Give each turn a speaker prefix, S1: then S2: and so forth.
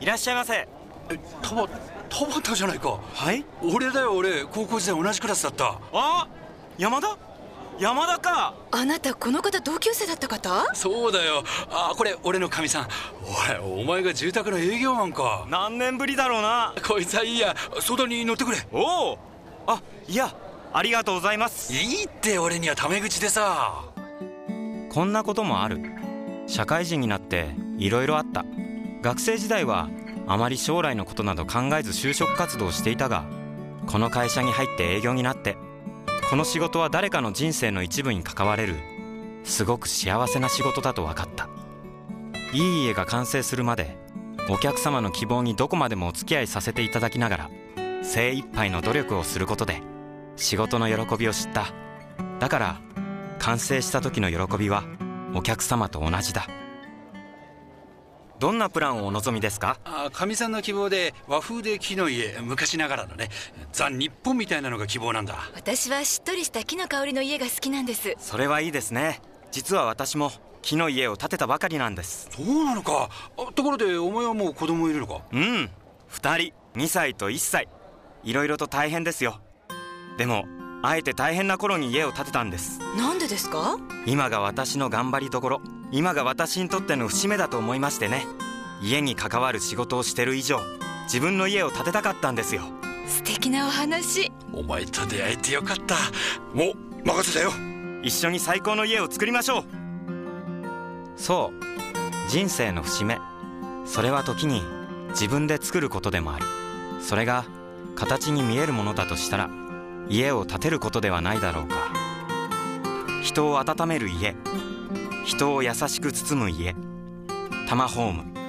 S1: いらっしゃいませ
S2: え田畑田畑じゃないかはい俺だよ俺高校時代同じクラスだった
S1: あ山田山田か
S3: あなたこの方同級生だった方
S2: そうだよあこれ俺のかみさんおいお前が住宅の営業マンか
S1: 何年ぶりだろうな
S2: こいつはいいや相談に乗ってくれ
S1: おおあいやありがとうございます
S2: いいって俺にはタメ口でさ
S1: こんなこともある社会人になっていろいろあった学生時代はあまり将来のことなど考えず就職活動をしていたがこの会社に入って営業になってこの仕事は誰かの人生の一部に関われるすごく幸せな仕事だと分かったいい家が完成するまでお客様の希望にどこまでもお付き合いさせていただきながら精一杯の努力をすることで仕事の喜びを知っただから完成した時の喜びはお客様と同じだどんなプランをお望みですか
S2: あかみさんの希望で和風で木の家昔ながらのねザ・日本みたいなのが希望なんだ
S3: 私はしっとりした木の香りの家が好きなんです
S1: それはいいですね実は私も木の家を建てたばかりなんです
S2: そうなのかあところでお前はもう子供いるのか
S1: うん2人2歳と1歳いろいろと大変ですよでもあえて大変な頃に家を建てたんです
S3: なんでですか
S1: 今が私の頑張りどころ今が私にとっての節目だと思いましてね家に関わる仕事をしてる以上自分の家を建てたかったんですよ
S3: 素敵なお話
S2: お前と出会えてよかったもう任せたよ
S1: 一緒に最高の家を作りましょうそう人生の節目それは時に自分で作ることでもあるそれが形に見えるものだとしたら家を建てることではないだろうか人を温める家人を優しく包む家タマホーム